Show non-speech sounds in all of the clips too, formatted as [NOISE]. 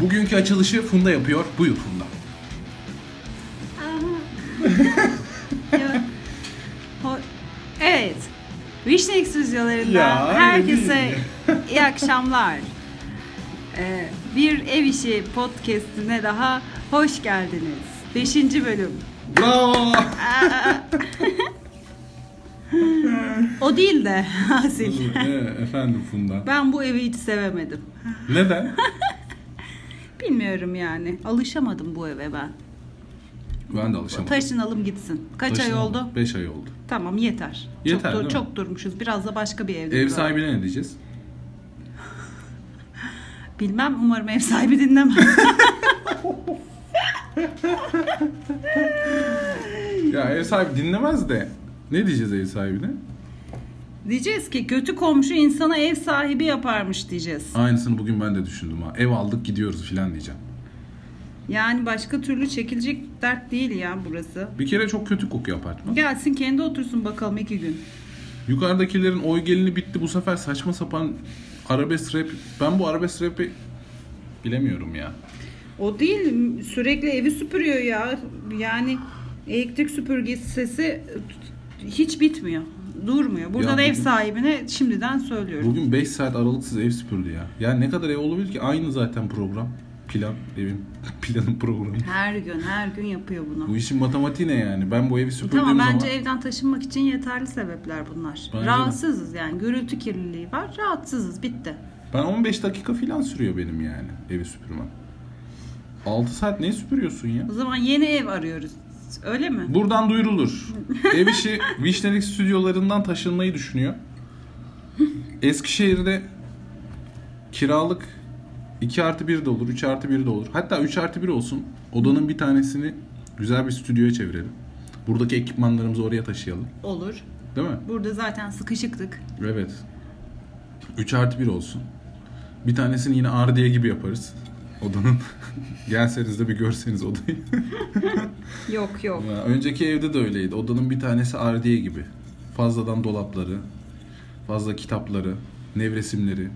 Bugünkü açılışı Funda yapıyor. Buyur Funda. Ya- Ho- evet. Vişnek stüdyolarından Ya, öyle herkese değil. iyi akşamlar. Ee, bir ev işi podcastine daha hoş geldiniz. Beşinci bölüm. Bravo. O değil de [LAUGHS] Asil. [LAUGHS] Ee, efendim Funda. Ben bu evi hiç sevemedim. Neden? Bilmiyorum yani. Alışamadım bu eve ben. Ben de alışamadım. Taşınalım gitsin. Kaç ay oldu? 5 ay oldu. Tamam yeter. Yeter, çok, değil mi? dur- çok durmuşuz. Biraz da başka bir evde. Ev duralım. sahibine ne diyeceğiz? Bilmem umarım ev sahibi dinlemez. Ya ev sahibi dinlemez de. Ne diyeceğiz ev sahibine? Diyeceğiz ki kötü komşu insana ev sahibi yaparmış diyeceğiz. Aynısını bugün ben de düşündüm ha. Ev aldık gidiyoruz filan diyeceğim. Yani başka türlü çekilecek dert değil ya burası. Bir kere çok kötü kokuyor apartman. Gelsin kendi otursun bakalım iki gün. Yukarıdakilerin oy gelini bitti bu sefer saçma sapan arabesk rap. Ben bu arabesk rap'i bilemiyorum ya. O değil sürekli evi süpürüyor ya. Yani elektrik süpürgesi sesi hiç bitmiyor. Durmuyor. Burada Ya da ev bugün- sahibine şimdiden söylüyorum. Bugün 5 saat aralıksız ev süpürdü ya. Ya ne kadar ev olabilir ki? Aynı zaten program. Plan evin. [LAUGHS] Planın programı. Her gün her gün yapıyor bunu. E Bu işin matematiği ne yani? Ben bu evi süpürdüğüm Tamam bence zaman... evden taşınmak için yeterli sebepler bunlar. Bence de. Rahatsızız yani gürültü kirliliği var. Rahatsızız bitti. Ben 15 dakika falan sürüyor benim yani evi süpürmem. 6 saat ne süpürüyorsun ya? O zaman yeni ev arıyoruz. Öyle mi? Buradan duyurulur. Ev işi Vişnelik stüdyolarından taşınmayı düşünüyor. Eskişehir'de kiralık 2 artı 1 de olur, 3 artı 1 de olur. Hatta 3 artı 1 olsun. Odanın bir tanesini güzel bir stüdyoya çevirelim. Buradaki ekipmanlarımızı oraya taşıyalım. Olur. Değil mi? Burada zaten sıkışıktık. Evet. 3 artı 1 olsun. Bir tanesini yine ardiye gibi yaparız. Odanın. [LAUGHS] Gelseniz de bir görseniz odayı. Yok yok. Ya, önceki evde de öyleydi. Odanın bir tanesi ardiye gibi. Fazladan dolapları, fazla kitapları, nevresimleri.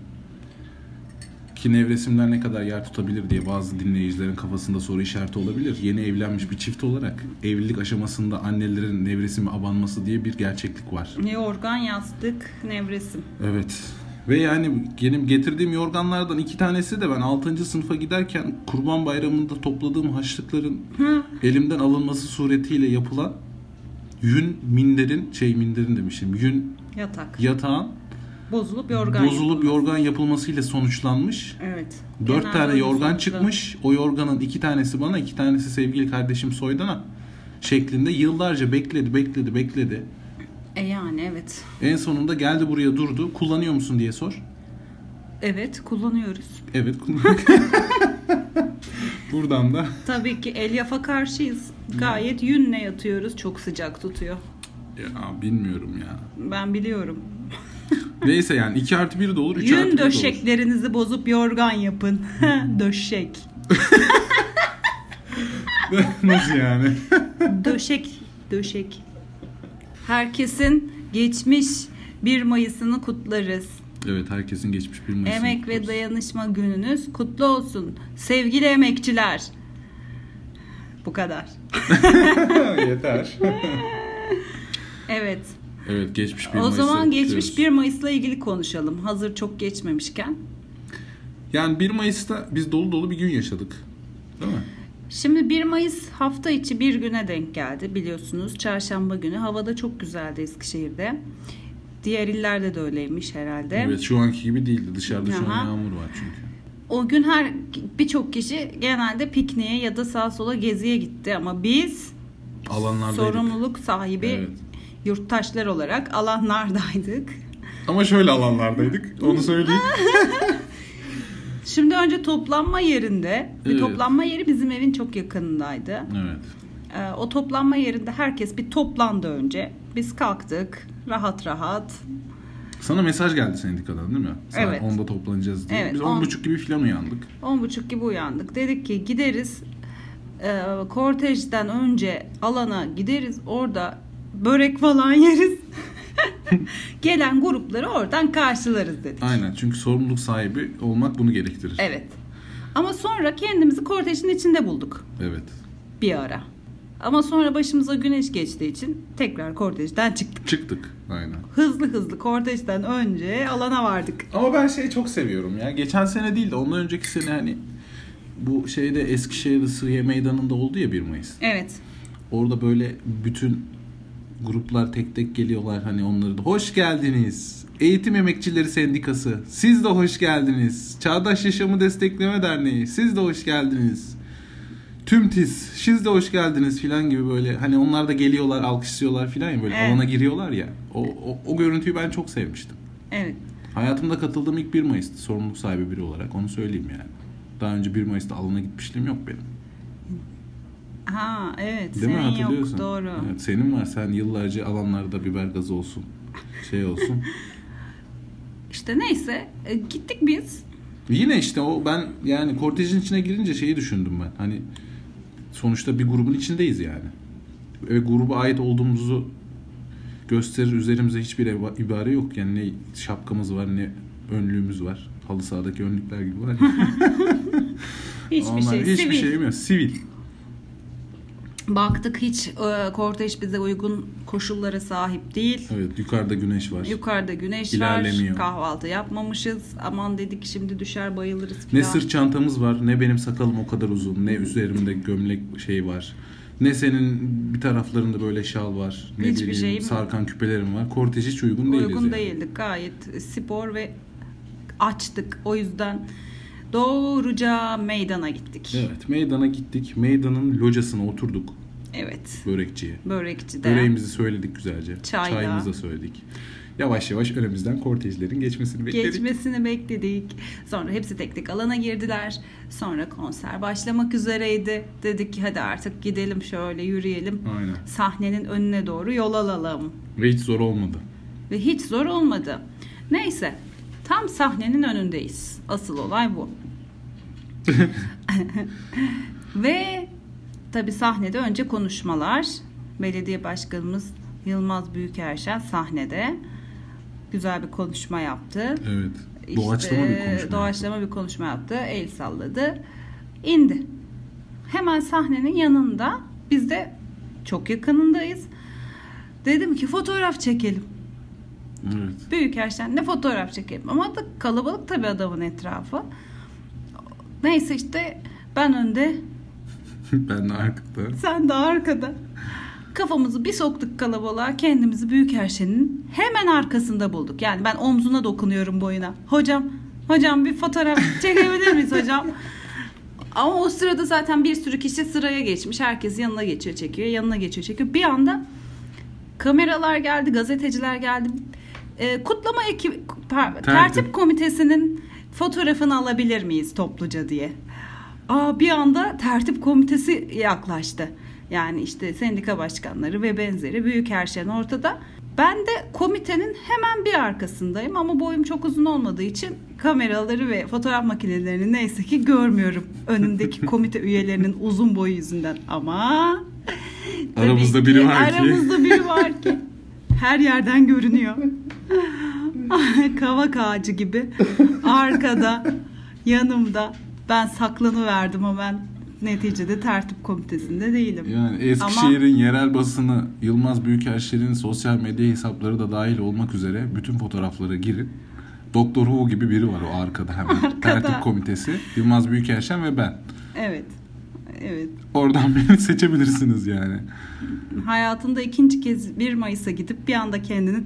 Ki nevresimler ne kadar yer tutabilir diye bazı dinleyicilerin kafasında soru işareti olabilir. Yeni evlenmiş bir çift olarak evlilik aşamasında annelerin nevresimi abanması diye bir gerçeklik var. Ne organ yastık ne resim. Evet. Ve yani benim getirdiğim yorganlardan iki tanesi de ben 6. sınıfa giderken Kurban Bayramı'nda topladığım haçlıkların elimden alınması suretiyle yapılan yün minderin şey minderin demişim yün Yatak. yatağın Bozulup yorgan. bozulup yorgan yapılmasıyla sonuçlanmış. Evet. Dört Genelde tane yorgan bozuluklu. çıkmış. O yorganın iki tanesi bana, iki tanesi sevgili kardeşim Soydan'a şeklinde yıllarca bekledi, bekledi, bekledi. E yani evet. En sonunda geldi buraya durdu. Kullanıyor musun diye sor. Evet kullanıyoruz. Evet. [LAUGHS] Buradan da Tabii ki elyafa karşıyız. Gayet yünle yatıyoruz. Çok sıcak tutuyor. ya bilmiyorum ya. Ben biliyorum. Neyse yani 2 artı 1 de olur 3 artı 1 Yün de olur. döşeklerinizi bozup yorgan yapın. [LAUGHS] döşek. [LAUGHS] Nasıl yani? Döşek. Döşek. Herkesin geçmiş 1 Mayıs'ını kutlarız. Evet herkesin geçmiş bir Mayıs'ını Emek ve kutluyoruz. dayanışma gününüz kutlu olsun. Sevgili emekçiler. Bu kadar. Yeter. Evet. [LAUGHS] evet geçmiş bir o Mayıs'ı zaman geçmiş kutluyoruz. 1 Mayıs'la ilgili konuşalım. Hazır çok geçmemişken. Yani 1 Mayıs'ta biz dolu dolu bir gün yaşadık. Değil mi? Şimdi 1 Mayıs hafta içi bir güne denk geldi biliyorsunuz. Çarşamba günü havada çok güzeldi Eskişehir'de. Diğer illerde de öyleymiş herhalde. Evet şu anki gibi değildi. Dışarıda şu an Aha. yağmur var çünkü. O gün her birçok kişi genelde pikniğe ya da sağa sola geziye gitti ama biz Alanlardaydık. sorumluluk sahibi Evet. yurttaşlar olarak alanlardaydık. Ama şöyle alanlardaydık. Onu [LAUGHS] söyleyeyim. Şimdi önce toplanma yerinde, bir Evet. toplanma yeri bizim evin çok yakınındaydı. evet. Ee, O toplanma yerinde herkes bir toplandı önce. Biz kalktık rahat rahat. Sana mesaj geldi Sendika'dan değil mi? Saat Evet. 10'da toplanacağız diye. Evet, Biz on- 10.30 gibi filan uyandık. 10.30 gibi uyandık. Dedik ki gideriz. e, kortejden önce alana gideriz. Orada börek [LAUGHS] falan [LAUGHS] yeriz. Gelen grupları oradan karşılarız dedik. Aynen çünkü sorumluluk sahibi olmak bunu gerektirir. Evet. Ama sonra kendimizi kortejin içinde bulduk Evet. bir ara. Ama sonra başımıza güneş geçtiği için tekrar kortejden çıktık. Çıktık. Aynen. Hızlı hızlı kortejden önce alana vardık. Ama ben şeyi çok seviyorum ya. Geçen sene değil de ondan önceki sene hani bu şeyde Eskişehir Sığıya Meydanı'nda oldu ya 1 Mayıs. Evet. Orada böyle bütün gruplar tek tek geliyorlar hani onları da hoş geldiniz. Eğitim Emekçileri Sendikası siz de hoş geldiniz. Çağdaş Yaşamı Destekleme Derneği siz de hoş geldiniz. Tüm TİS siz de hoş geldiniz filan gibi böyle hani onlar da geliyorlar alkışlıyorlar filan ya böyle Evet. alana giriyorlar ya. O, o, o görüntüyü ben çok sevmiştim. Evet. Hayatımda katıldığım ilk 1 Mayıs'tı sorumluluk sahibi biri olarak onu söyleyeyim yani. Daha önce 1 Mayıs'ta alana gitmişliğim yok benim. Ha evet. Değil mi Senin hatırlıyorsun? yok doğru. Evet, senin var sen yıllarca alanlarda biber gazı olsun şey [LAUGHS] olsun. İşte neyse e, gittik biz. Yine işte o ben yani kortejin içine girince şeyi düşündüm ben. Hani sonuçta bir grubun içindeyiz yani. Ve gruba ait olduğumuzu gösterir üzerimize hiçbir eva- ibare yok. Yani ne şapkamız var ne önlüğümüz var. Halı sahadaki önlükler gibi [LAUGHS] var. ya. Hiçbir Onlar- şey. hiçbir sivil. şeyim yok. Sivil. Baktık hiç e, kortej bize uygun koşullara sahip değil. Evet yukarıda güneş var. Yukarıda güneş İlerlemiyor. var. Kahvaltı yapmamışız. Aman dedik şimdi düşer bayılırız Ne filan. sırt çantamız var, ne benim sakalım o kadar uzun, ne üzerimde gömlek şey var. Ne senin bir taraflarında böyle şal var, ne Hiçbir bileyim şeyim- sarkan küpelerim var. Kortej hiç uygun, değiliz Uygun yani. değildik gayet spor ve açtık. O yüzden doğruca meydana gittik. Evet, meydana gittik. Meydanın locasına oturduk Evet. börekçiye. Börekçide. Böreğimizi söyledik güzelce. Çayla. Çayımızı da söyledik. Yavaş yavaş önümüzden kortejlerin geçmesini bekledik. Geçmesini bekledik. Sonra hepsi tek tek alana girdiler. Sonra konser başlamak üzereydi. Dedik ki hadi artık gidelim şöyle yürüyelim. Aynen. Sahnenin önüne doğru yol alalım. Ve hiç zor olmadı. Ve hiç zor olmadı. Neyse tam sahnenin önündeyiz. Asıl olay [LAUGHS] bu. Ve tabi sahnede önce konuşmalar. Belediye Başkanımız Yılmaz Büyükerşen sahnede güzel bir konuşma yaptı. Evet. İşte doğaçlama bir konuşma. Doğaçlama bir konuşma yaptı. El salladı. indi. Hemen sahnenin yanında biz de çok yakınındayız. Dedim ki fotoğraf çekelim. Evet. [LAUGHS] Büyük yaştan ne fotoğraf çekelim. Ama da kalabalık tabii adamın etrafı. Neyse işte ben önde, ben de arkada. sen de arkada. Kafamızı bir soktuk kalabalığa, kendimizi büyük herşenin hemen arkasında bulduk. Yani ben omzuna dokunuyorum boyuna. Hocam, hocam bir fotoğraf çekebilir miyiz hocam? Ama o sırada zaten bir sürü kişi sıraya geçmiş. Herkes yanına geçiyor, çekiyor, yanına geçiyor, çekiyor. Bir anda kameralar geldi, gazeteciler geldi. Ee, kutlama ekibi, tertip. tertip komitesinin fotoğrafını alabilir miyiz topluca diye. Aa, bir anda tertip komitesi yaklaştı. Yani işte sendika başkanları ve benzeri büyük her şeyin ortada. Ben de komitenin hemen bir arkasındayım ama boyum çok uzun olmadığı için kameraları ve fotoğraf makinelerini neyse ki görmüyorum. Önümdeki komite üyelerinin uzun boyu yüzünden ama Tabii Aramızda biri var ki. Aramızda biri var ki. Her yerden görünüyor. Ay, Kavak ağacı gibi. Arkada, yanımda. Ben saklanıverdim ama ben neticede tertip komitesinde değilim. Yani Eskişehir'in yerel basını Yılmaz Büyükelçilerin sosyal medya hesapları da dahil olmak üzere bütün fotoğraflara girin. Doktor Who gibi biri var o arkada hemen. [LAUGHS] Arkada. Tertip komitesi. Yılmaz Büyükelçen ve ben. Evet. Evet. Oradan [LAUGHS] beni seçebilirsiniz yani. Hayatında ikinci kez 1 Mayıs'a gidip bir anda kendini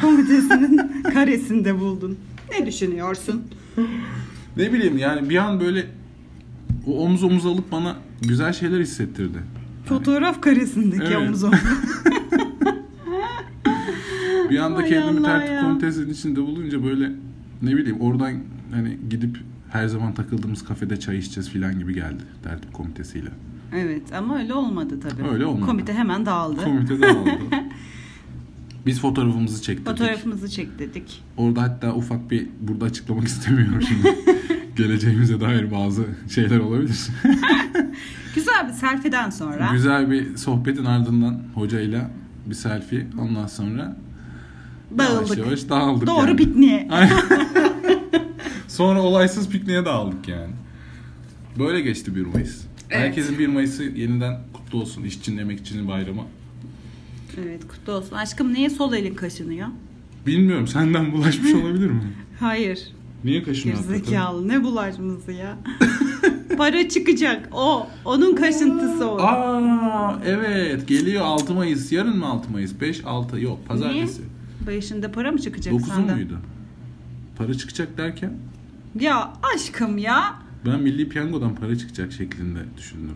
[LAUGHS] komitesinin karesinde buldun. Ne düşünüyorsun? Ne bileyim yani bir an böyle o omuz omuz alıp bana güzel şeyler hissettirdi. Fotoğraf karesindeki Evet. omuz omuz. Bir anda Ay kendimi Allah tertip ya. komitesinin içinde bulunca böyle ne bileyim oradan hani gidip her zaman takıldığımız kafede çay içeceğiz filan gibi geldi tertip komitesiyle. Evet ama öyle olmadı tabii. Öyle olmadı. Komite hemen dağıldı. Komite [LAUGHS] dağıldı. Biz fotoğrafımızı çektirdik. Fotoğrafımızı çek dedik. Orada hatta ufak bir burada açıklamak [LAUGHS] istemiyorum şimdi. Geleceğimize dair bazı şeyler olabilir. Güzel bir selfie'den sonra. Güzel bir sohbetin ardından hocayla bir selfie. Ondan sonra Dağıldık. yavaş yavaş dağıldık. [LAUGHS] Doğru yani. pikniğe. Aynen. sonra olaysız pikniğe dağıldık yani. Böyle geçti 1 Mayıs. Evet. Herkesin 1 Mayıs'ı yeniden kutlu olsun. İşçinin, emekçinin bayramı. Evet kutlu olsun. Aşkım niye sol elin kaşınıyor? Bilmiyorum senden [LAUGHS] bulaşmış olabilir mi? Hayır. Niye kaşını atladın? Gerizekalı ne bulaşması ya. [LAUGHS] Para çıkacak o. Onun kaşıntısı o. Aa evet geliyor 6 Mayıs. Yarın mı 6 Mayıs? 5 6 yok pazartesi. Başında para mı çıkacak 9'u senden? muydu? Para çıkacak derken Ya aşkım ya. ben milli piyangodan para çıkacak şeklinde düşündüm.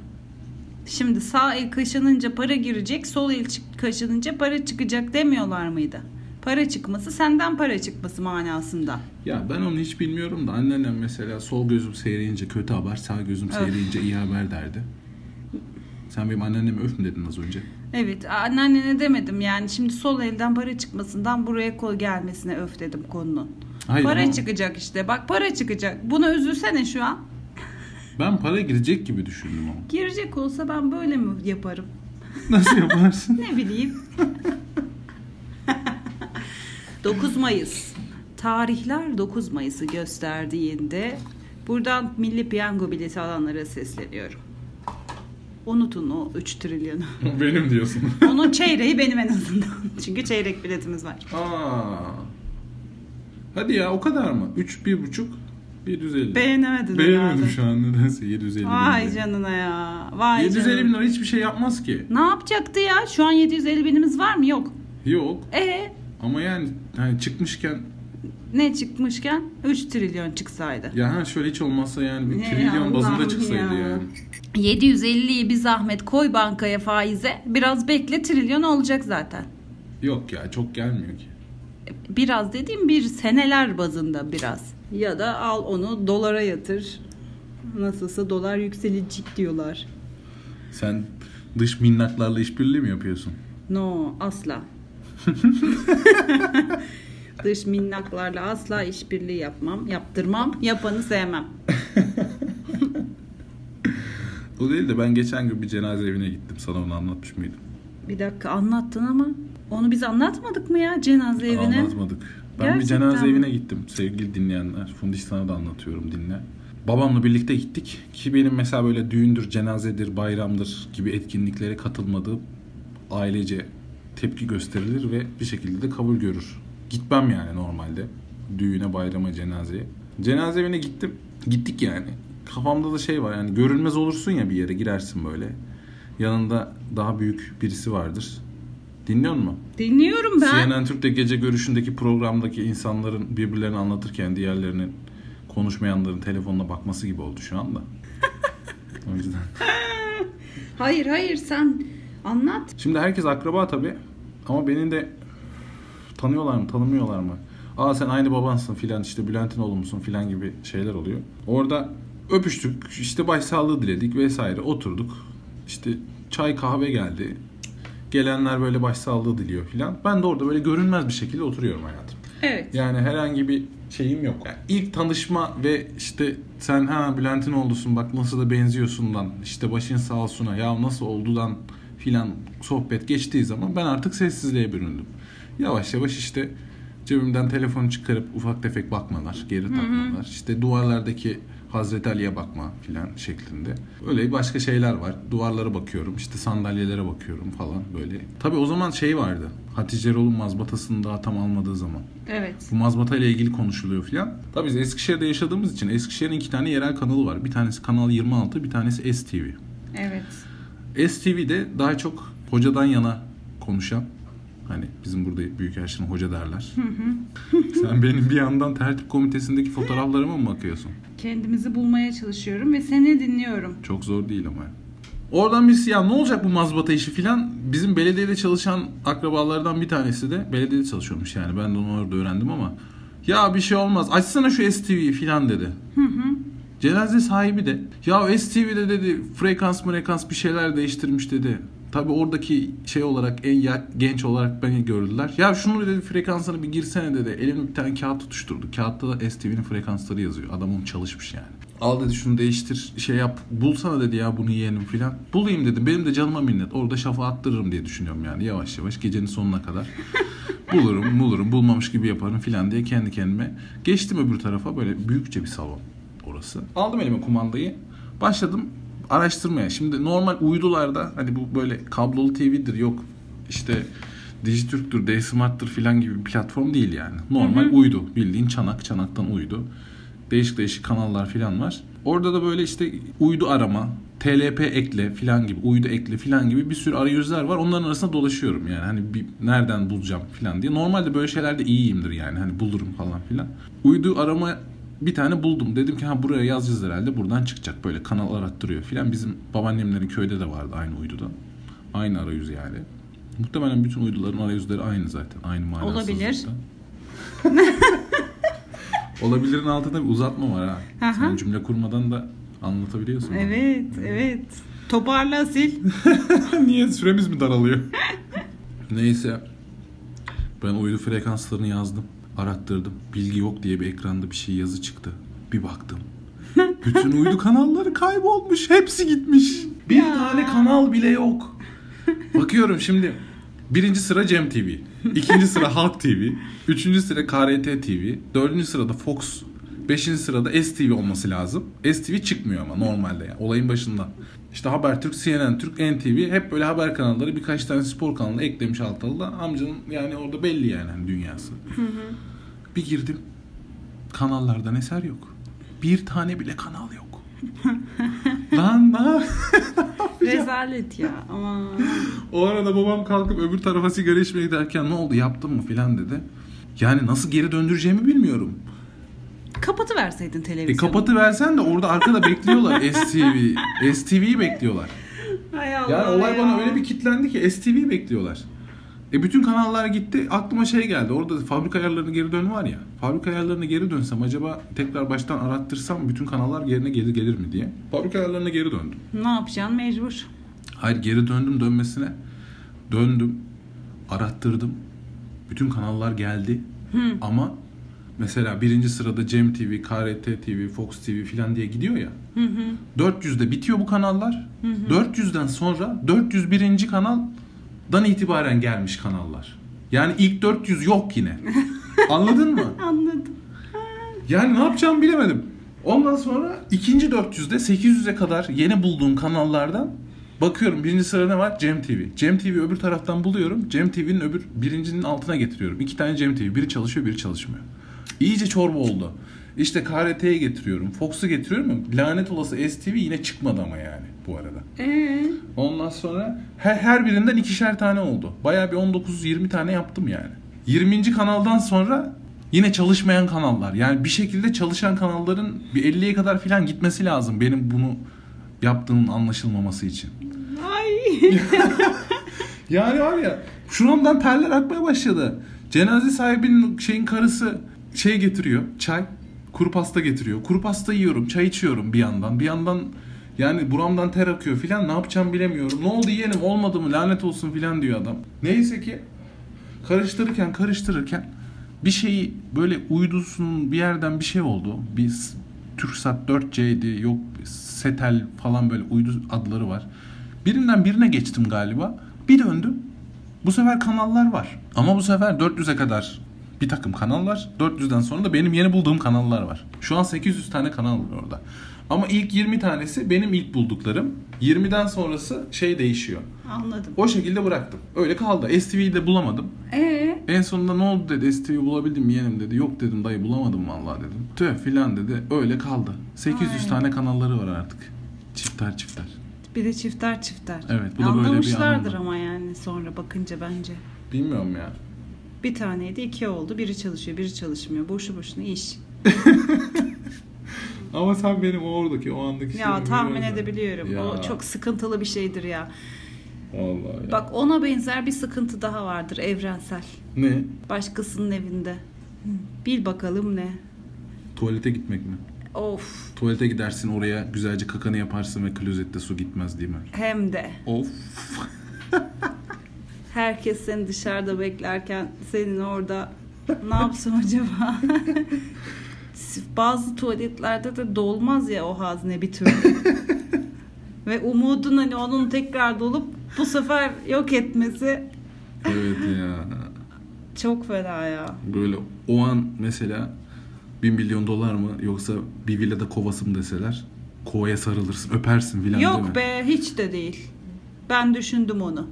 Şimdi sağ el kaşınınca para girecek, sol el çık- kaşınınca para çıkacak demiyorlar mıydı? Para çıkması senden para çıkması manasında. Ya ben onu hiç bilmiyorum da anneannem mesela sol gözüm seyreyince kötü haber, sağ gözüm Öf. seyreyince iyi haber derdi. Sen benim anneanneme öf mü dedin az önce? Evet anneannene demedim yani şimdi sol elden para çıkmasından buraya kol gelmesine öf dedim konunun. Hayır para ama çıkacak işte bak para çıkacak. Buna üzülsene şu an. ben para girecek gibi düşündüm ama. Girecek olsa ben böyle mi yaparım? Nasıl yaparsın? Ne bileyim. [LAUGHS] 9 Mayıs. Tarihler 9 Mayıs'ı gösterdiğinde buradan milli piyango bileti alanlara sesleniyorum. Unutun o 3 trilyonu. [LAUGHS] benim diyorsun. Onun çeyreği benim en azından. [LAUGHS] Çünkü çeyrek biletimiz var. Aa. Hadi ya o kadar mı? 3 1,5 750. Beğenemedin Beğenmedim herhalde. şu an nedense 750 bin Vay lira. canına ya. Vay 750 bin canına. lira hiçbir şey yapmaz ki. Ne yapacaktı ya? Şu an 750 binimiz var mı? Yok. Yok E ama yani hani çıkmışken ne çıkmışken 3 trilyon çıksaydı. ya ha şöyle hiç olmazsa yani bir Ne trilyon bazında Allah'ım çıksaydı ya. yani. 750'yi bir zahmet koy bankaya faize. Biraz bekle trilyon olacak zaten. Yok ya çok gelmiyor ki. Biraz dediğim bir seneler bazında biraz. Ya da al onu dolara yatır. Nasılsa dolar yükselecek diyorlar. Sen dış minnaklarla işbirliği mi yapıyorsun? No [LAUGHS] asla. Dış minnaklarla asla işbirliği yapmam, yaptırmam, yapanı sevmem. O değil de ben geçen gün bir cenaze evine gittim. Sana onu anlatmış mıydım? Bir dakika anlattın ama onu biz anlatmadık mı ya cenaze evine? Anlatmadık. Ben bir Gerçekten cenaze mi? evine gittim sevgili dinleyenler. Fundistan'a da anlatıyorum dinle. Babamla birlikte gittik ki benim mesela böyle düğündür, cenazedir, bayramdır gibi etkinliklere katılmadığım ailece tepki gösterilir ve bir şekilde de kabul görür. Gitmem yani normalde. Düğüne, bayrama, cenazeye. Cenaze evine gittim. Gittik yani. Kafamda da şey var yani görünmez olursun ya bir yere girersin böyle. Yanında daha büyük birisi vardır. Dinliyor musun? Dinliyorum ben. CNN Türk'te gece görüşündeki programdaki insanların birbirlerini anlatırken diğerlerinin konuşmayanların telefonuna bakması gibi oldu şu anda. o yüzden. Hayır hayır sen anlat. Şimdi herkes akraba tabii ama beni de tanıyorlar mı tanımıyorlar mı? Aa sen aynı babansın filan işte Bülent'in oğlu musun filan gibi şeyler oluyor. Orada öpüştük işte başsağlığı diledik vesaire oturduk. İşte çay kahve geldi. Gelenler böyle başsağlığı diliyor filan. Ben de orada böyle görünmez bir şekilde oturuyorum hayatım. Evet. Yani herhangi bir şeyim yok. Yani ilk tanışma ve işte sen ha Bülent'in oğlusun bak nasıl da benziyorsundan işte başın sağ olsuna ya nasıl oldudan filan sohbet geçtiği zaman ben artık sessizliğe büründüm. Yavaş yavaş işte cebimden telefonu çıkarıp ufak tefek bakmalar, geri takmalar, işte duvarlardaki Hazreti Ali'ye bakma filan şeklinde. Öyle başka şeyler var. Duvarlara bakıyorum, işte sandalyelere bakıyorum falan böyle. Tabii o zaman şey vardı. Hatice Erol'un mazbatasını daha tam almadığı zaman Evet. bu mazbata ile ilgili konuşuluyor filan. Tabii biz Eskişehir'de yaşadığımız için Eskişehir'in iki tane yerel kanalı var. Bir tanesi Kanal 26, bir tanesi STV. Evet. STV'de daha çok hocadan yana konuşan hani bizim burada büyük yaşlı hoca derler. [LAUGHS] Sen benim bir yandan tertip komitesindeki fotoğraflarıma mı bakıyorsun? Kendimizi bulmaya çalışıyorum ve seni dinliyorum. Çok zor değil ama. Oradan birisi ya ne olacak bu mazbata işi filan. Bizim belediyede çalışan akrabalardan bir tanesi de belediyede çalışıyormuş yani. Ben de onu orada öğrendim ama. Ya bir şey olmaz açsana şu STV'yi filan dedi. Cenaze sahibi de ya STV'de dedi frekans frekans bir şeyler değiştirmiş dedi. Tabi oradaki şey olarak en ya- genç olarak beni gördüler. Ya şunu dedi frekansını bir girsene dedi. Elimde bir tane kağıt tutuşturdu. Kağıtta da STV'nin frekansları yazıyor. Adam onu çalışmış yani. Al dedi şunu değiştir şey yap bulsana dedi ya bunu yeğenim filan. Bulayım dedi benim de canıma minnet orada şafa attırırım diye düşünüyorum yani yavaş yavaş gecenin sonuna kadar. bulurum bulurum bulmamış gibi yaparım filan diye kendi kendime. Geçtim öbür tarafa böyle büyükçe bir salon orası. Aldım elime kumandayı. Başladım araştırmaya. Şimdi normal uydularda hani bu böyle kablolu TV'dir yok işte Dijitürk'tür, D-Smart'tır filan gibi bir platform değil yani. Normal uydu. Bildiğin çanak, çanaktan uydu. Değişik değişik kanallar filan var. Orada da böyle işte uydu arama, TLP ekle filan gibi, uydu ekle filan gibi bir sürü arayüzler var. Onların arasında dolaşıyorum yani. Hani bir, nereden bulacağım filan diye. Normalde böyle şeylerde iyiyimdir yani. Hani bulurum falan filan. Uydu arama bir tane buldum. Dedim ki ha buraya yazacağız herhalde. Buradan çıkacak böyle kanal arattırıyor filan. Bizim babaannemlerin köyde de vardı aynı uyduda. Aynı arayüz yani. Muhtemelen bütün uyduların arayüzleri aynı zaten. Aynı manasızlıkta. Olabilir. Olabilirin altında bir uzatma var ha. Aha. Sen cümle kurmadan da anlatabiliyorsun. bana. Evet, evet. Toparla sil. Niye süremiz mi daralıyor? Neyse. Ben uydu frekanslarını yazdım. Arattırdım. Bilgi yok diye bir ekranda bir şey yazı çıktı. Bir baktım. Bütün uydu kanalları kaybolmuş. Hepsi gitmiş. Bir Ya. tane kanal bile yok. Bakıyorum şimdi. Birinci sıra Cem TV. ikinci sıra Halk TV. Üçüncü sıra KRT TV. Dördüncü sırada Fox. Beşinci sırada STV olması lazım. STV çıkmıyor ama normalde yani. Olayın başında. İşte Habertürk, CNN Türk, NTV hep böyle haber kanalları birkaç tane spor kanalı eklemiş alt alta. Amcanın yani orada belli yani hani dünyası. Bir girdim. Kanallardan eser yok. Bir tane bile kanal yok. Lan ne Rezalet ya. Aman. O arada babam kalkıp öbür tarafa sigara içmeye giderken ne oldu yaptın mı filan dedi. Yani nasıl geri döndüreceğimi bilmiyorum. Kapatıverseydin E televizyonu. kapatıversen de orada arkada [LAUGHS] bekliyorlar STV. STV'yi bekliyorlar. Hay Allah Yani olay ya. bana öyle bir kitlendi ki STV'yi bekliyorlar. E bütün kanallar gitti. Aklıma şey geldi. Orada fabrika ayarlarını geri dön var ya. Fabrika ayarlarını geri dönsem acaba tekrar baştan arattırsam bütün kanallar yerine geri gelir mi diye. Fabrika ayarlarına geri döndüm. Ne yapacaksın mecbur. Hayır geri döndüm dönmesine. Döndüm. Arattırdım. Bütün kanallar geldi. Ama mesela birinci sırada Cem TV, KRT TV, Fox TV filan diye gidiyor ya. 400'de bitiyor bu kanallar. 400'den sonra 401. kanaldan itibaren gelmiş kanallar. Yani ilk 400 yok yine. Anladın mı? Anladım. Yani ne yapacağımı bilemedim. Ondan sonra ikinci 400'de 800'e kadar yeni bulduğum kanallardan bakıyorum birinci sırada ne var? Cem TV. Cem TV öbür taraftan buluyorum. Cem TV'nin öbür birincinin altına getiriyorum. İki tane Cem TV. Biri çalışıyor biri çalışmıyor. İyice çorba oldu. İşte KRT'ye getiriyorum. Fox'u getiriyorum ama lanet olası STV yine çıkmadı ama yani bu arada. Ee, Ondan sonra her, her birinden ikişer tane oldu. Bayağı bir 19-20 tane yaptım yani. 20. kanaldan sonra yine çalışmayan kanallar. Yani bir şekilde çalışan kanalların bir 50'ye kadar falan gitmesi lazım benim bunu yaptığımın anlaşılmaması için. ay. Yani var ya şuramdan terler akmaya başladı. Cenaze sahibinin şeyin karısı şey getiriyor. Çay, kuru pasta getiriyor. Kuru pasta yiyorum, çay içiyorum bir yandan. Bir yandan yani buramdan ter akıyor filan ne yapacağım bilemiyorum. Ne oldu yeğenim olmadı mı lanet olsun filan diyor adam. Neyse ki karıştırırken karıştırırken bir şeyi böyle uydusunun bir yerden bir şey oldu. Bir s- Türksat 4C'ydi yok Setel falan böyle uydu adları var. Birinden birine geçtim galiba. Bir döndüm. Bu sefer kanallar var. Ama bu sefer 400'e kadar bir takım kanallar. 400'den sonra da benim yeni bulduğum kanallar var. Şu an 800 tane kanal var orada. Ama ilk 20 tanesi benim ilk bulduklarım. 20'den sonrası şey değişiyor. Anladım. O şekilde bıraktım. Öyle kaldı. STV'yi de bulamadım. Ee, En sonunda ne oldu dedi STV'yi bulabildim mi yeğenim dedi. Yok dedim dayı bulamadım vallahi dedim. Tüh filan dedi. Öyle kaldı. 800 Ay. tane kanalları var artık. Çiftler çiftler. bir de çiftler çiftler. Evet, bu da böyle bir Anlamışlardır anlamda. ama yani sonra bakınca bence. Bilmiyorum ya. Bir taneydi iki oldu. Biri çalışıyor biri çalışmıyor. Boşu boşuna iş. Ama sen benim o oradaki o andaki Ya şeyimi tahmin biliyorsun. edebiliyorum. Ya. O çok sıkıntılı bir şeydir ya. Vallahi ya. Bak ona benzer bir sıkıntı daha vardır evrensel. Ne? Başkasının evinde. Hı, Bil bakalım ne. Tuvalete gitmek mi? Of Tuvalete gidersin oraya güzelce kakanı yaparsın ve klozette su gitmez değil mi? hem de Of. herkes seni dışarıda beklerken senin orada ne yapsın [LAUGHS] acaba? Bazı tuvaletlerde de dolmaz ya o hazne [LAUGHS] bir türlü. Ve umudun hani onun tekrar dolup bu sefer yok etmesi Evet ya. çok fena ya. Böyle o an mesela bir milyon dolar mı yoksa bir villada kovasım deseler Kovaya sarılırsın, öpersin filan değil mi? Yok be hiç de değil. Ben düşündüm onu.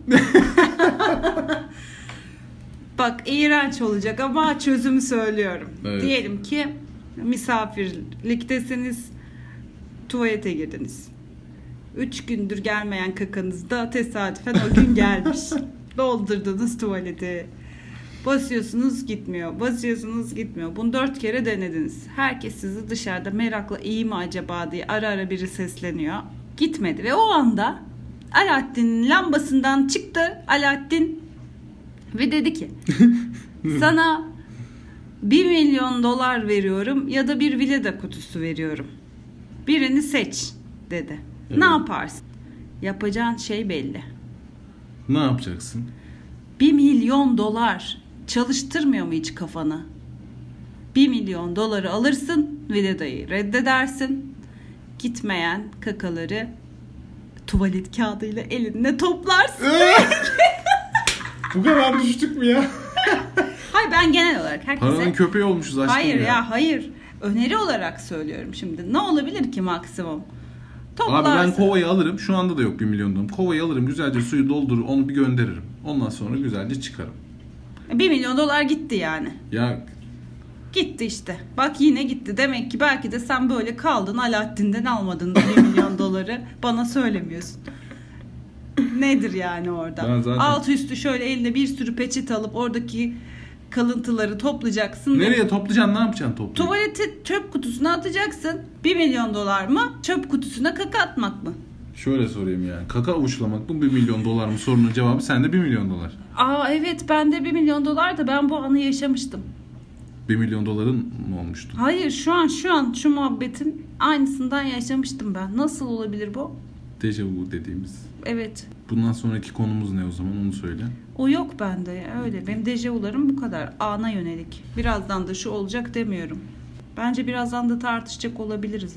Bak iğrenç olacak ama çözümü söylüyorum. Evet. Diyelim ki misafirliktesiniz tuvalete girdiniz. Üç gündür gelmeyen kakanız da tesadüfen o gün gelmiş. Doldurdunuz tuvaleti. Basıyorsunuz gitmiyor. Basıyorsunuz gitmiyor. Bunu dört kere denediniz. Herkes sizi dışarıda merakla iyi mi acaba diye ara ara biri sesleniyor. Gitmedi ve o anda Alaaddin'in lambasından çıktı Alaaddin ve [LAUGHS] dedi ki sana 1 milyon dolar veriyorum ya da bir vileda kutusu veriyorum. Birini seç dedi. Evet. Ne yaparsın? Yapacağın şey belli. Ne yapacaksın? 1 milyon dolar çalıştırmıyor mu hiç kafanı? 1 milyon doları alırsın, Videda'yı reddedersin. Gitmeyen kakaları tuvalet kağıdıyla eline toplarsın. [LAUGHS] Bu kadar düştük mü ya? Hayır ben genel olarak Paranın herkese... köpeği olmuşuz aşkım Hayır ya. ya hayır. Öneri olarak söylüyorum şimdi. Ne olabilir ki maksimum? Abi Toplarsın. ben kovayı alırım. Şu anda da yok 1 milyon dolarım. Kovayı alırım. Güzelce suyu doldurur. Onu bir gönderirim. Ondan sonra güzelce çıkarım. 1 E, milyon dolar gitti yani. Ya Gitti işte. Bak yine gitti. Demek ki belki de sen böyle kaldın Alaaddin'den almadın da 1 [LAUGHS] milyon doları. Bana söylemiyorsun. Nedir yani orada? Ben zaten- Alt üstü şöyle eline bir sürü peçete alıp oradaki kalıntıları toplayacaksın. nereye toplayacaksın? Ne yapacaksın toplayıp? Tuvaleti çöp kutusuna atacaksın. 1 milyon dolar mı? Çöp kutusuna kaka atmak mı? Şöyle sorayım yani. Kaka avuçlamak mı 1 milyon dolar mı sorunun cevabı sende 1 milyon dolar. Aa evet bende 1 milyon dolar da ben bu anı yaşamıştım. 1 milyon doların mı olmuştu? Hayır şu an şu an şu muhabbetin aynısından yaşamıştım ben. Nasıl olabilir bu? Dejavu dediğimiz. Evet Bundan sonraki konumuz ne o zaman onu söyle. O yok bende ya, öyle. Benim dejavularım bu kadar ana yönelik. Birazdan da şu olacak demiyorum. Bence birazdan da tartışacak olabiliriz.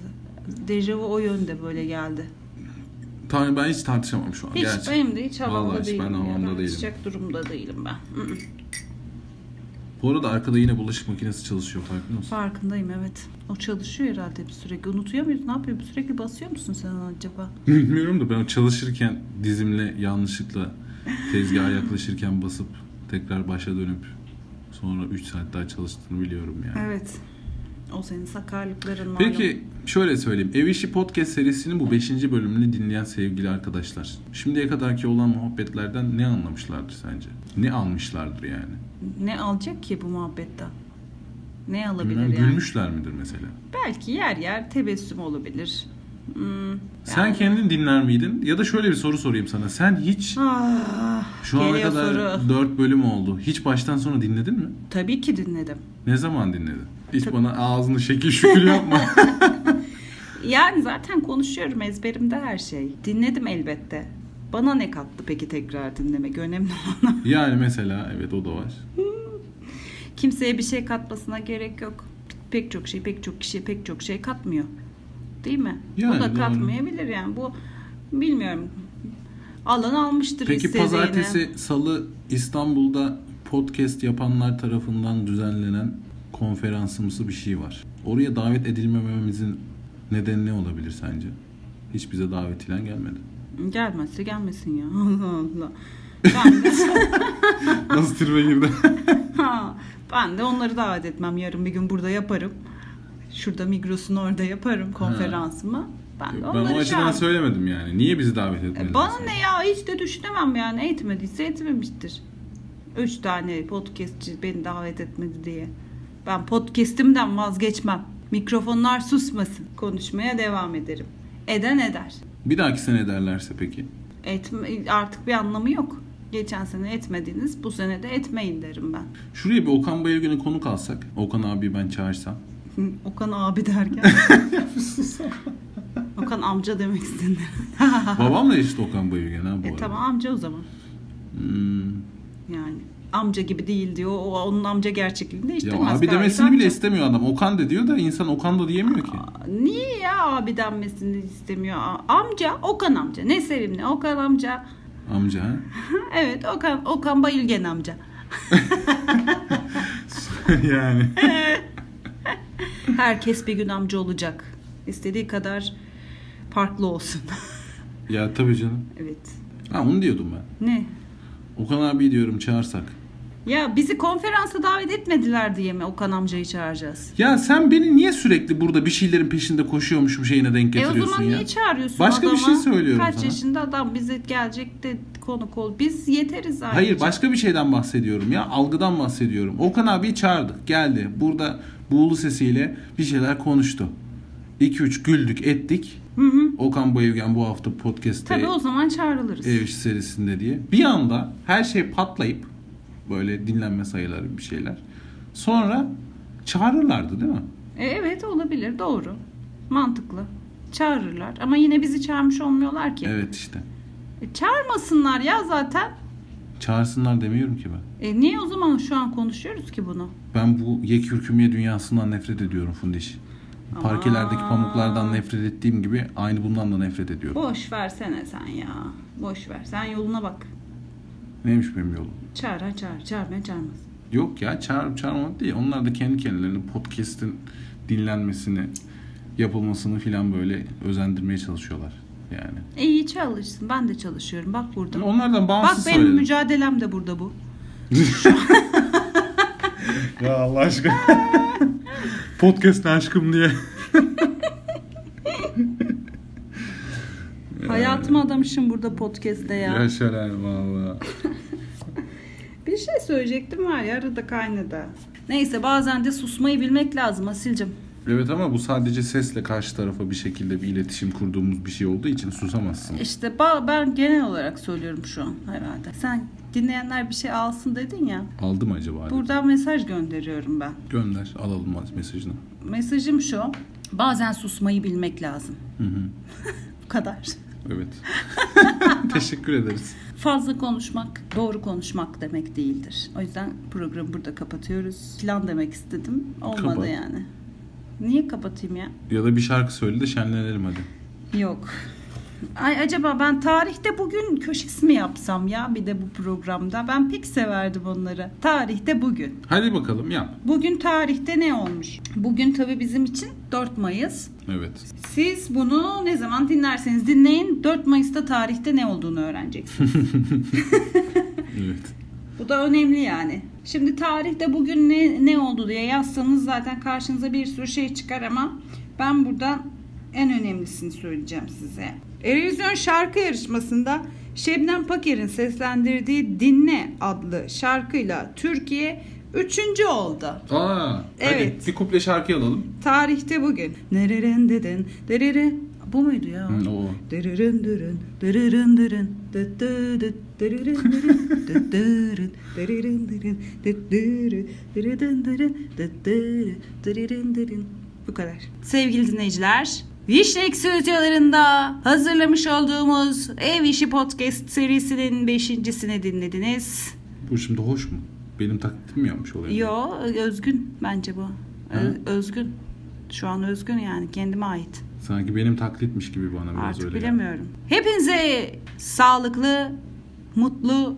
Dejavu o yönde böyle geldi. Tamam ben hiç tartışamam şu an. Hiç gerçi. benim de hiç havamda Vallahi hiç değilim. ben ya, havamda değilim. Tartışacak durumda değilim ben. Mm, mm. Bu arada arkada yine bulaşık makinesi çalışıyor farkında mısın? Farkındayım evet. O çalışıyor herhalde hep sürekli. Unutuyor muyuz? Ne yapıyor? Sürekli basıyor musun sen ona acaba? Bilmiyorum da ben o çalışırken dizimle yanlışlıkla tezgaha yaklaşırken basıp tekrar başa dönüp sonra 3 saat daha çalıştığını biliyorum yani. Evet. O senin sakarlıkların malum. Peki şöyle söyleyeyim. Ev İşi Podcast serisinin bu 5. bölümünü dinleyen sevgili arkadaşlar. Şimdiye kadarki olan muhabbetlerden ne anlamışlardır sence? Ne almışlardır yani? Ne alacak ki bu muhabbetten? Ne alabilir Bilmem, yani? Gülmüşler midir mesela? Belki yer yer tebessüm olabilir. Hmm, yani- Sen kendin dinler miydin? Ya da şöyle bir soru sorayım sana. Sen hiç Ah, şu ana geliyor kadar soru. 4 bölüm oldu. Hiç baştan sona dinledin mi? Tabii ki dinledim. Ne zaman dinledin? Hiç bana ağzını şekil şükür yapma. [LAUGHS] Yani zaten konuşuyorum ezberimde her şey. Dinledim elbette. Bana ne kattı peki tekrar dinlemek önemli olan. yani mesela evet o da var. Kimseye bir şey katmasına gerek yok. Pek çok şey, pek çok kişi, pek çok şey katmıyor. Değil mi? Yani Bu da doğru. katmayabilir yani. Bu bilmiyorum. Alan almıştır Peki istediğini. pazartesi, salı İstanbul'da podcast yapanlar tarafından düzenlenen konferansımsı bir şey var. Oraya davet edilmememizin nedeni ne olabilir sence? Hiç bize davet ilan gelmedi. Gelmezse gelmesin ya. [LAUGHS] Allah Allah. Ben de, [LAUGHS] Nasıl tribe girdi? [LAUGHS] Ha, ben de onları davet etmem. Yarın bir gün burada yaparım. Şurada Migros'un orada yaparım konferansımı. Ben de ben onları o şey açıdan yap- söylemedim yani. Niye bizi davet etmediler? E, Bana sen? ne ya hiç de düşünemem yani. Etmediyse etmemiştir. Üç tane podcastçi beni davet etmedi diye. Ben podcastimden vazgeçmem. Mikrofonlar susmasın. Konuşmaya devam ederim. Eden eder. Bir dahaki sene derlerse peki? Etme, artık bir anlamı yok. Geçen sene etmediniz, bu sene de etmeyin derim ben. [LAUGHS] Şuraya bir Okan Bayülgen'e konuk alsak. Okan abi ben çağırsam. Hı, Okan abi derken. Okan amca demek istedin. Babamla eşit Okan Bayülgen ha bu e arada. tamam amca o zaman. Hmm. Yani amca gibi değil diyor. O, onun amca gerçekliğini Ya değiştirmez. abi Gayet demesini bile amca. istemiyor adam. Okan de diyor da insan Okan da diyemiyor ki. Niye ya abi denmesini istemiyor? Aa, Amca, Okan amca. Ne sevimli Okan amca. [LAUGHS] Amca ha? [LAUGHS] evet Okan, Okan Bayülgen amca. [LAUGHS] yani. Herkes bir gün amca olacak. İstediği kadar farklı olsun. [LAUGHS] Ya tabii canım. evet. Ha onu diyordum ben. Ne? Okan abi diyorum çağırsak. Ya bizi konferansa davet etmediler diye mi Okan amcayı çağıracağız? Ya sen beni niye sürekli burada bir şeylerin peşinde koşuyormuşum şeyine denk E o getiriyorsun zaman ya? niye çağırıyorsun Başka bir adama? şey söylüyorum Kaç sana. yaşında adam bize gelecek de konuk ol. Biz yeteriz ayrıca. Hayır başka bir şeyden bahsediyorum ya algıdan bahsediyorum. Okan abi çağırdık geldi burada buğulu sesiyle bir şeyler konuştu. 2-3 güldük ettik. Hı hı. Okan Bayülgen bu hafta podcast'te Tabii o zaman çağrılırız. ev işi serisinde diye. Bir anda her şey patlayıp böyle dinlenme sayıları bir şeyler. Sonra çağırırlardı değil mi? E, evet olabilir doğru. Mantıklı. Çağırırlar ama yine bizi çağırmış olmuyorlar ki. Evet işte. E, çağırmasınlar ya zaten. Çağırsınlar demiyorum ki ben. E, niye o zaman şu an konuşuyoruz ki bunu? Ben bu yekürkümye dünyasından nefret ediyorum Fundiş. Parkelerdeki Aman. pamuklardan nefret ettiğim gibi aynı bundan da nefret ediyorum. Boş versene sen ya. Boş ver. Sen yoluna bak. Neymiş benim yolum? Çağıran çağır. Çağırmayan çağırmaz. Yok ya çağırıp çağırmamak değil. Onlar da kendi kendilerini podcast'in dinlenmesini, yapılmasını filan böyle özendirmeye çalışıyorlar. Yani. E, iyi çalışsın. Ben de çalışıyorum. Bak burada. Yani onlardan Bak bağımsız benim söyledim. mücadelem de burada bu. Ya Allah aşkına. [LAUGHS] Podcast ne aşkım diye. Hayatımı adamışım burada podcast'te ya. Yaşar valla. Bir şey söyleyecektim var ya arada kaynadı. Neyse bazen de susmayı bilmek lazım Asil'cim. Evet ama bu sadece sesle karşı tarafa bir şekilde bir iletişim kurduğumuz bir şey olduğu için susamazsın. İşte ba- ben genel olarak söylüyorum şu an herhalde. Sen dinleyenler bir şey alsın dedin ya. Aldım acaba? dedim. Buradan mesaj gönderiyorum ben. Gönder alalım mesajını. Mesajım şu. Bazen susmayı bilmek lazım. Hı hı. Bu kadar. [LAUGHS] Evet. [LAUGHS] Teşekkür ederiz. Fazla konuşmak, doğru konuşmak demek değildir. O yüzden programı burada kapatıyoruz. Plan demek istedim. Olmadı Kapat. yani. Niye kapatayım ya? Ya da bir şarkı söyle de şenlenelim hadi. Yok. Ay acaba ben tarihte bugün köşesi mi yapsam ya bir de bu programda? Ben pek severdim onları. Tarihte bugün. Hadi bakalım yap. Bugün tarihte ne olmuş? Bugün tabii bizim için 4 Mayıs. Evet. Siz bunu ne zaman dinlerseniz dinleyin 4 Mayıs'ta tarihte ne olduğunu öğreneceksiniz. Evet. Bu da önemli yani. Şimdi tarihte bugün ne, ne oldu diye yazsanız zaten karşınıza bir sürü şey çıkar ama ben buradan en önemlisini söyleyeceğim size. Eurovision şarkı yarışmasında Şebnem Paker'in seslendirdiği Dinle adlı şarkıyla Türkiye üçüncü oldu. Aa, Evet. Hadi bir kuple şarkı alalım. Tarihte bugün. Nereren dedin, derere. Bu muydu ya? Hı, o. Dırırın dırın, dırırın dırın, dıt dıt, dırırın dırın, dıt dırın, dırırın dırın, dıt dırı, dırırın dırın, dıt dırı, dırırın dırın. Bu kadar. Sevgili dinleyiciler, Vişnek Stüdyolarında hazırlamış olduğumuz Ev İşi Podcast serisinin beşincisini dinlediniz. Bu şimdi hoş mu? Benim taklitim mi yapmış oluyor? Yo, özgün bence bu. Ö- özgün. Şu an özgün yani kendime ait. Sanki benim taklitmiş gibi bana biraz Artık öyle. geldi. bilemiyorum. Hepinize sağlıklı, mutlu,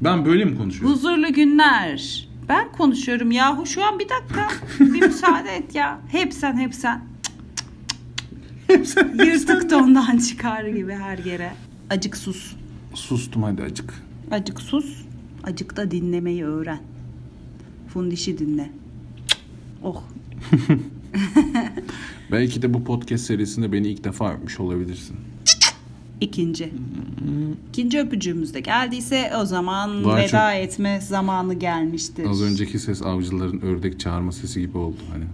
Ben böyle mi konuşuyorum? huzurlu günler. Ben konuşuyorum yahu şu an bir dakika. bir müsaade et ya. Hep sen hep sen. Yırtık tondan çıkar gibi her yere. Acık sus. Sustum hadi acık. Acık sus. Acık da dinlemeyi öğren. Fundişi dinle. Oh. Belki de bu podcast serisinde beni ilk defa öpmüş olabilirsin. İkinci. İkinci öpücüğümüz de geldiyse o zaman Daha veda etme zamanı gelmiştir. Az önceki ses avcıların ördek çağırma sesi gibi oldu hani.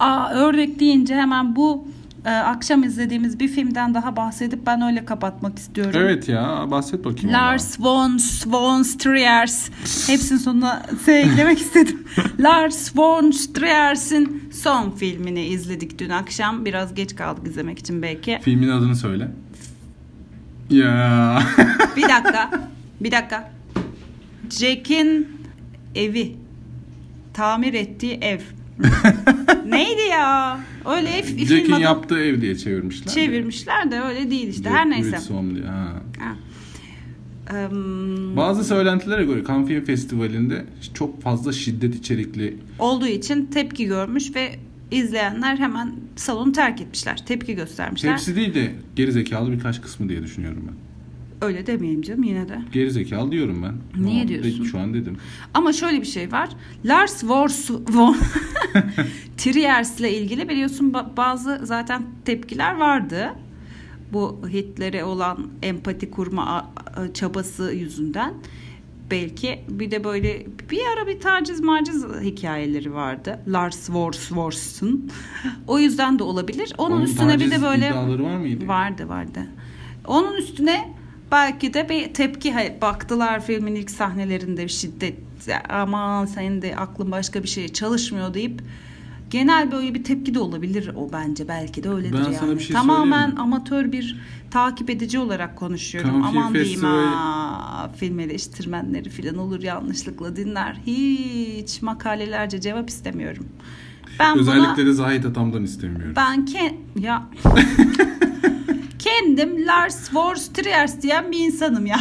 Aa ördek deyince hemen bu e, akşam izlediğimiz bir filmden daha bahsedip ben öyle kapatmak istiyorum. Evet ya bahset bakayım. ondan. Lars von von Trier's hepsinin sonuna S eklemek [LAUGHS] istedim. Lars von Trier'sin son filmini izledik dün akşam. Biraz geç kaldık izlemek için belki. Filmin adını söyle. Ya. Bir dakika. bir dakika. Jack'in evi. Tamir ettiği ev. [LAUGHS] Neydi ya? Öyle ev film Jack'in adı- yaptığı ev diye çevirmişler. Çevirmişler de öyle değil işte Jack her neyse. Wilson diye, ha. Ha. Em, Bazı söylentilere göre Cannes Film Festivali'nde çok fazla şiddet içerikli olduğu için tepki görmüş ve izleyenler hemen salonu terk etmişler. Tepki göstermişler. Hepsi değil de gerizekalı birkaç kısmı diye düşünüyorum ben. Öyle demeyelim canım yine de. Gerizekalı diyorum ben. Niye Ama diyorsun? Şu an dedim. Ama şöyle bir şey var. Lars Wors [LAUGHS] von Triers'le ilgili biliyorsun ba- bazı zaten tepkiler vardı. Bu Hitler'e olan empati kurma a- a- çabası yüzünden. Belki bir de böyle bir ara bir taciz maciz hikayeleri vardı. Lars Wors Wors'un. O yüzden de olabilir. Onun, üstüne bir taciz de böyle iddiaları var mıydı? Vardı vardı. Onun üstüne belki de bir tepki hani baktılar filmin ilk sahnelerinde bir şiddet aman senin de aklın başka bir şeye çalışmıyor deyip genel böyle bir tepki de olabilir o bence belki de öyledir Ben yani. sana bir şey Tamamen söyleyeyim mi? amatör bir takip edici olarak konuşuyorum. Cannes Film aman diyeyim Festivali- ha film eleştirmenleri falan olur yanlışlıkla dinler. Hiç makalelerce cevap istemiyorum. Ben buna... Özellikle de Zahit Atam'dan istemiyorum. Ben ke ya [LAUGHS] kendim Lars von Trier diyen bir insanım yani.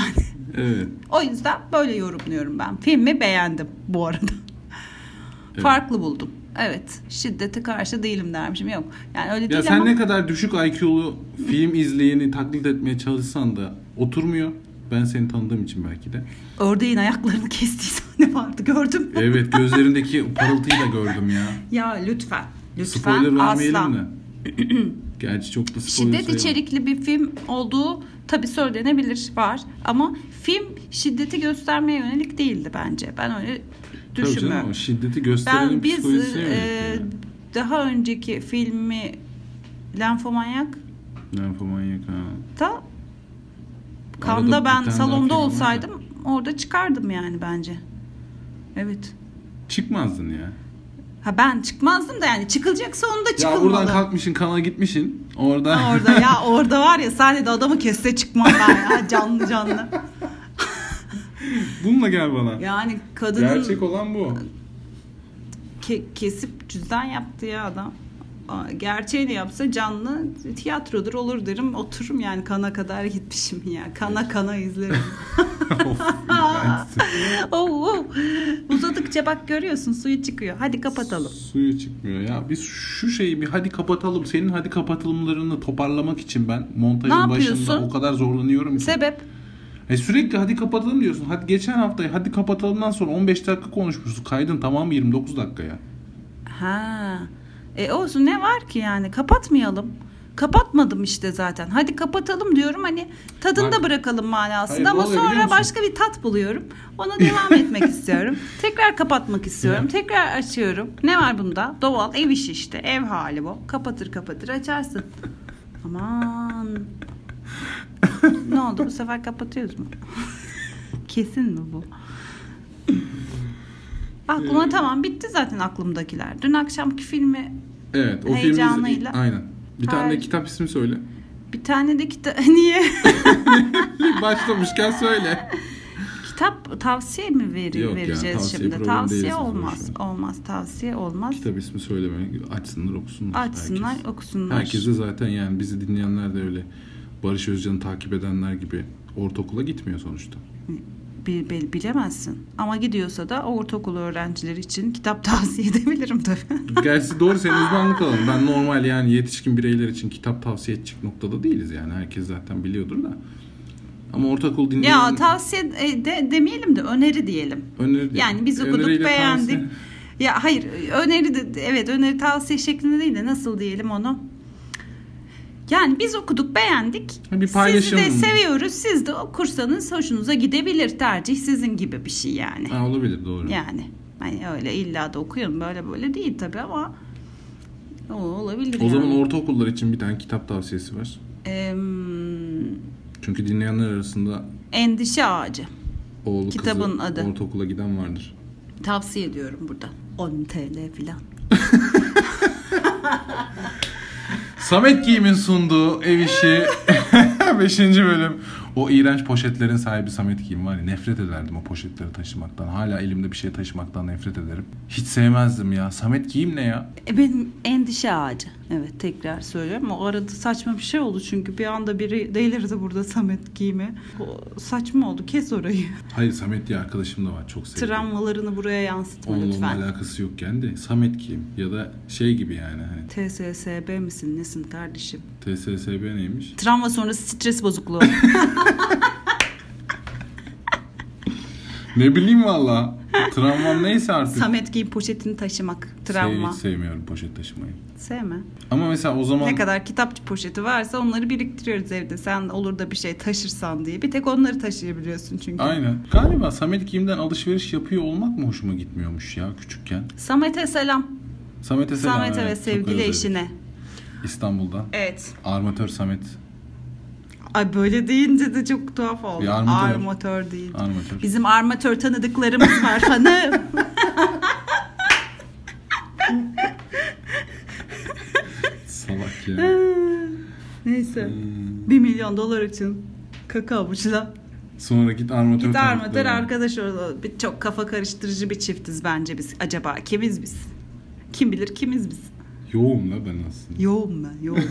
Evet. O yüzden böyle yorumluyorum ben. Filmi beğendim bu arada. Evet. Farklı buldum. Evet, şiddete karşı değilim dermişim. Yok. Yani öyle Ya değil sen ama ne kadar düşük IQ'lu film izleyeni taklit etmeye çalışsan da oturmuyor. Ben seni tanıdığım için belki de. ördeğin ayaklarını kestiği [LAUGHS] sahne vardı gördüm. [LAUGHS] Evet gözlerindeki parıltıyı da gördüm ya. Ya lütfen. Lütfen Spoiler vermeyelim asla. de. Gerçi çok da spoiler Şiddet sayılmaz. içerikli bir film olduğu tabii söylenebilir var ama film şiddeti göstermeye yönelik değildi bence. Ben öyle Tabii canım düşünmüyorum. ama şiddeti gösterenin Ben biz psikolojisi e, evet ya. daha önceki filmi Lenfomanyak Lenfomanyak ha. da Kanda bir tane ben daha film salonda var da. olsaydım orada çıkardım yani bence. Evet. Çıkmazdın ya. Ha ben çıkmazdım da yani çıkılacaksa onu da çıkılmalı. Ya buradan kalkmışın kanala gitmişin. Orada. [LAUGHS] Orada ya orada var ya sahnede adamı kesse çıkmam ben ya canlı canlı. [LAUGHS] Bununla gel bana. [LAUGHS] Yani kadının Gerçek olan [LAUGHS] bu. ke- kesip cüzdan yaptı ya adam. Aa, Gerçeğini yapsa canlı tiyatrodur olur derim otururum yani kana kadar gitmişim ya kana kana izlerim. Of, iğrençsin. [LAUGHS] oh, oh. Uzadıkça bak görüyorsun suyu çıkıyor hadi kapatalım. Suyu çıkmıyor ya. Biz şu şeyi bir hadi kapatalım. Senin hadi kapatılımlarını toparlamak için ben montajın Ne başında yapıyorsun? o kadar zorlanıyorum ki. Sebep E sürekli hadi kapatalım diyorsun. Hadi geçen hafta hadi kapatalımdan sonra 15 dakika konuşmuşuz. Kaydın tamamı 29 dakika ya. ha e olsun ne var ki yani kapatmayalım. Kapatmadım işte zaten. Hadi kapatalım diyorum hani tadında Bak. bırakalım Hayır, manasında ne ama oluyor biliyor sonra musun? başka bir tat buluyorum. [LAUGHS] Ona devam etmek istiyorum. Tekrar kapatmak istiyorum. Tekrar açıyorum. Ne var bunda? Doğal ev işi işte. Ev hali bu. Kapatır kapatır açarsın. Aman. ne oldu bu sefer kapatıyoruz mu? [LAUGHS] Kesin mi bu? Ee, Aklıma tamam bitti zaten aklımdakiler. Dün akşamki filmi Evet o filmi izle- Heyecanıyla. Aynen. Bir tane de Hayır. kitap ismi söyle. bir tane de kitap [LAUGHS] niye Başlamışken [LAUGHS] söyle. kitap tavsiye mi veri Yok ya, vereceğiz tavsiye şimdi? programı Tavsiye değiliz biz olmaz. boşver. Olmaz tavsiye olmaz. Kitap ismi söyleme. Açsınlar okusunlar. Açsınlar, herkes. okusunlar. Herkes de zaten yani bizi dinleyenler de öyle Barış Özcan'ı takip edenler gibi ortaokula gitmiyor [LAUGHS] sonuçta. Bil- bil- bilemezsin. Ama gidiyorsa da ortaokul öğrencileri için kitap [LAUGHS] tavsiye edebilirim tabii. Gerçi doğru senin uzmanlık alanın. Ben normal yani yetişkin bireyler için kitap tavsiye edecek noktada değiliz yani. Herkes zaten biliyordur da. Ama ortaokul dinleyen ya tavsiye e, de, demeyelim de öneri diyelim. öneri Yani biz okuduk Öneriyle beğendik. tavsiye- Ya hayır öneri de evet öneri tavsiye şeklinde değil de nasıl diyelim onu. Yani biz okuduk beğendik. Ha, bir Sizi paylaşım. de seviyoruz. Siz de okursanız hoşunuza gidebilir tercih sizin gibi bir şey yani. [LAUGHS] Ha, olabilir doğru. Yani hani öyle illa da okuyun böyle böyle değil tabii ama o olabilir. O zaman yani. ortaokullar için bir tane kitap tavsiyesi var. Em, Çünkü dinleyenler arasında endişe ağacı oğlu Kitabın kızı adı. ortaokula giden vardır. tavsiye ediyorum burada. 10 TL filan. Samet Giyim'in sunduğu ev işi [LAUGHS] 5. bölüm. O iğrenç poşetlerin sahibi Samet Giyim var ya nefret ederdim o poşetleri taşımaktan. Hala elimde bir şey taşımaktan nefret ederim. Hiç sevmezdim ya. Samet Giyim ne ya? E, benim endişe ağacı. Evet tekrar söylüyorum. O arada saçma bir şey oldu çünkü bir anda biri delirdi burada Samet giyimi. O saçma oldu. Kes orayı. Hayır Samet diye arkadaşım da var çok sevdiğim. Travmalarını buraya yansıtma Onunla onun lütfen. alakası yokken de Samet kim? Ya da şey gibi yani hani TSSB misin nesin kardeşim? TSSB neymiş? Travma sonrası [LAUGHS] stres bozukluğu. Ne bileyim valla. Travmam neyse artık. Samet giyim poşetini taşımak. Travma. Şey, hiç sevmiyorum poşet taşımayı. Sevme. Ama mesela o zaman Ne kadar kitapçı poşeti varsa onları biriktiriyoruz evde. Sen olur da bir şey taşırsan diye. Bir tek onları taşıyabiliyorsun çünkü. Aynen. Galiba Samet Kim'den alışveriş yapıyor olmak mı hoşuma gitmiyormuş ya küçükken. Samet'e selam. Samet'e selam. Samet'e evet, ve çok sevgili özledim. eşine. İstanbul'dan. Evet. Armatör Samet. Ay böyle deyince de çok tuhaf oldu. Bir armatör. armatör. değil. Armatör. Bizim armatör [LAUGHS] tanıdıklarımız var Hani- hanım. Salak ya. Neyse. Hmm. Bir milyon dolar için kaka avuçla. Sonra git armatör. Git armatör tanıkları. arkadaş orada. Bir- Çok kafa karıştırıcı bir çiftiz bence biz. Acaba kimiz biz? Kim bilir kimiz biz? Yoğum la ben [LAUGHS] aslında. Yoğum ben [LAUGHS] yoğum.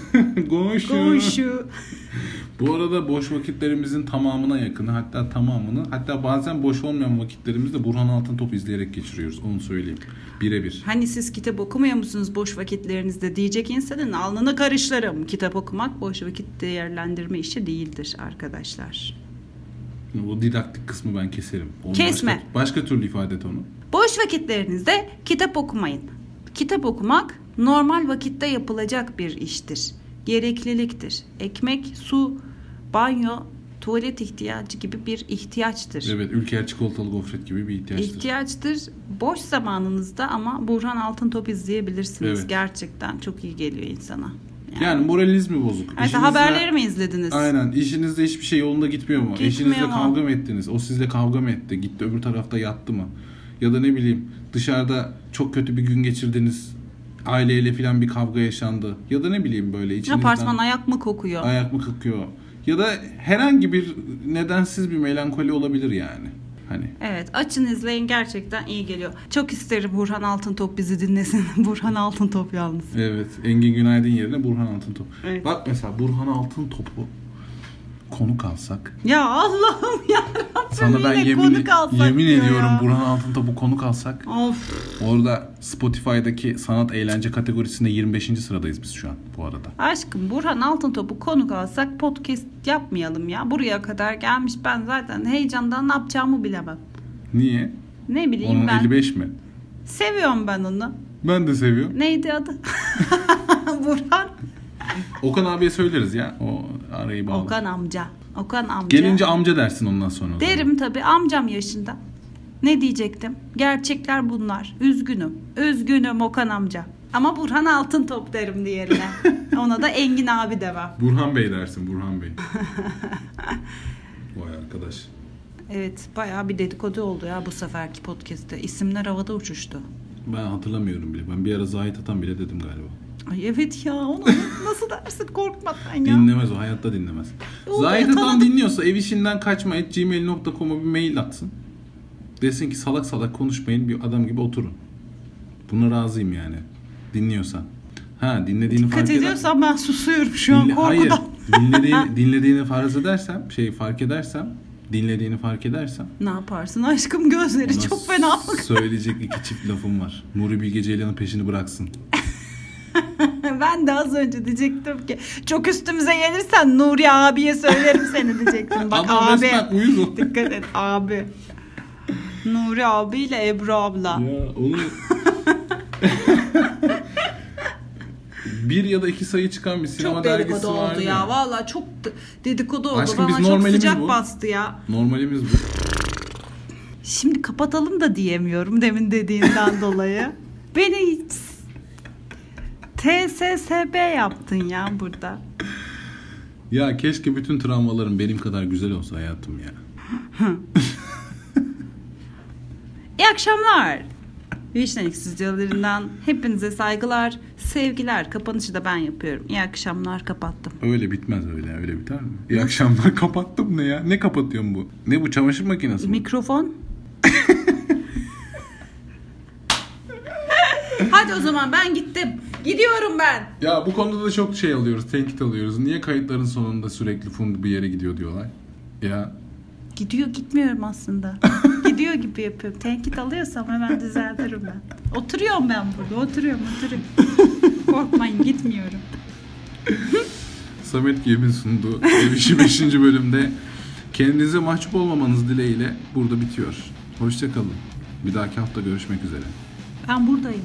Koşu. Koşu. Bu arada boş vakitlerimizin tamamına yakını hatta tamamını hatta bazen boş olmayan vakitlerimizde Burhan Altıntop izleyerek geçiriyoruz onu söyleyeyim. Birebir. Hani siz kitap okumuyor musunuz boş vakitlerinizde diyecek insanın alnını karışlarım. Kitap okumak boş vakit değerlendirme işi değildir arkadaşlar. O didaktik kısmı ben keserim. Onu Kesme. Başka, başka türlü ifade et onu. Boş vakitlerinizde kitap okumayın. Kitap okumak normal vakitte yapılacak bir iştir. Gerekliliktir. Ekmek, su, banyo, tuvalet ihtiyacı gibi bir ihtiyaçtır. Evet ülker çikolatalı gofret gibi bir ihtiyaçtır. İhtiyaçtır. Boş zamanınızda ama Burhan Altın Top izleyebilirsiniz. Evet. Gerçekten çok iyi geliyor insana. Yani, yani moralizmi bozuk. Hatta İşinizde- haberleri mi izlediniz? Aynen. İşinizde hiçbir şey yolunda gitmiyor mu? Gitmiyor Eşinizle mu? kavga mı ettiniz? O sizle kavga mı etti? Gitti öbür tarafta yattı mı? Ya da ne bileyim dışarıda çok kötü bir gün geçirdiniz. Aileyle filan bir kavga yaşandı. Ya da ne bileyim böyle içinizden Apartman ayak mı kokuyor? ayak mı kıkıyor? Ya da herhangi bir nedensiz bir melankoli olabilir yani. Hani Evet açın izleyin gerçekten iyi geliyor. Çok isterim Burhan Altıntop bizi dinlesin. [LAUGHS] Burhan Altıntop yalnız. Evet. Engin Günaydın yerine Burhan Altıntop. Evet. Bak mesela Burhan Altıntop'u konuk alsak. Ya Allah'ım [LAUGHS] ya Rabbim Sana ben yine yemin, konuk alsak yemin diyor ediyorum ya. Burhan Altıntop'u konuk alsak. Of. Orada Spotify'daki sanat eğlence kategorisinde 25. sıradayız biz şu an bu arada. Aşkım Burhan Altıntop'u konuk alsak podcast yapmayalım ya. Buraya kadar gelmiş ben zaten heyecandan ne yapacağımı bilemem. Niye? Ne bileyim Onun ben. 55 mi? Seviyorum ben onu. Ben de seviyorum. Neydi adı? [LAUGHS] Burhan. Okan abiye söyleriz ya. O arayı bağla. Okan amca. Okan amca. Gelince amca dersin ondan sonra. o zaman. Derim tabi amcam yaşında. Ne diyecektim? Gerçekler bunlar. Üzgünüm. Üzgünüm Okan amca. Ama Burhan Altın Top [LAUGHS] derim diğerine. Ona da Engin abi demem. Burhan Bey dersin Burhan [LAUGHS] Bey. Vay arkadaş. Evet bayağı bir dedikodu oldu ya bu seferki podcast'te. İsimler havada uçuştu. Ben hatırlamıyorum bile. Ben bir ara Zahit Atan bile dedim galiba. Ay evet ya onu nasıl dersin korkmadan ya. Dinlemez o hayatta dinlemez. Oldu, Zahit Atan tanıdık. dinliyorsa ev işinden kaçma et gmail.com'a bir mail atsın. Desin ki salak salak konuşmayın bir adam gibi oturun. Buna razıyım yani. Dinliyorsan. Ha dinlediğini Dikkat fark eder. ediyorsan ben susuyorum şu an Dinle- [LAUGHS] Hayır. korkudan. dinlediğini, dinlediğini farz edersem, şey fark edersem, dinlediğini fark edersem Ne yaparsın aşkım gözleri ona [LAUGHS] çok fena. söyleyecek iki çift lafım var. Nuri Bilge Ceylan'ın peşini bıraksın. [LAUGHS] ben de az önce diyecektim ki çok üstümüze gelirsen Nuri abiye söylerim seni diyecektim. Bak Adam abi. resmen uyuz o. Dikkat et abi. Nuri abiyle Ebru abla. Ya onu... [LAUGHS] bir ya da iki sayı çıkan bir sinema Çok dergisi dedikodu var oldu ya. Vallahi çok d- dedikodu oldu. Aşkım biz Bana çok normalimiz sıcak bu. bastı ya. Normalimiz bu. Şimdi kapatalım da diyemiyorum [LAUGHS] demin dediğinden dolayı. Beni hiç TSSB yaptın ya burada. Ya keşke bütün travmalarım benim kadar güzel olsa hayatım ya. İyi akşamlar. Vişne Stüdyolarından hepinize saygılar, sevgiler. Kapanışı da ben yapıyorum. İyi akşamlar kapattım. Öyle bitmez öyle ya, öyle biter mi? İyi akşamlar [LAUGHS] kapattım ne ya? Ne kapatıyorum bu? Ne bu çamaşır makinesi mi? Mikrofon. Hadi o zaman ben gittim. Gidiyorum ben. Ya bu konuda da çok şey alıyoruz, tenkit alıyoruz. Niye kayıtların sonunda sürekli Fundu bir yere gidiyor diyorlar? Ya Gidiyor gitmiyorum aslında. Gidiyor gibi yapıyorum. Tenkit alıyorsam hemen düzeltirim ben. Oturuyorum ben burada. Oturuyorum oturuyorum. Korkmayın gitmiyorum. Samet Giyim'in sunduğu Ev İşi 5. bölümde kendinize mahcup olmamanız dileğiyle burada bitiyor. Hoşçakalın. Bir dahaki hafta görüşmek üzere. Ben buradayım.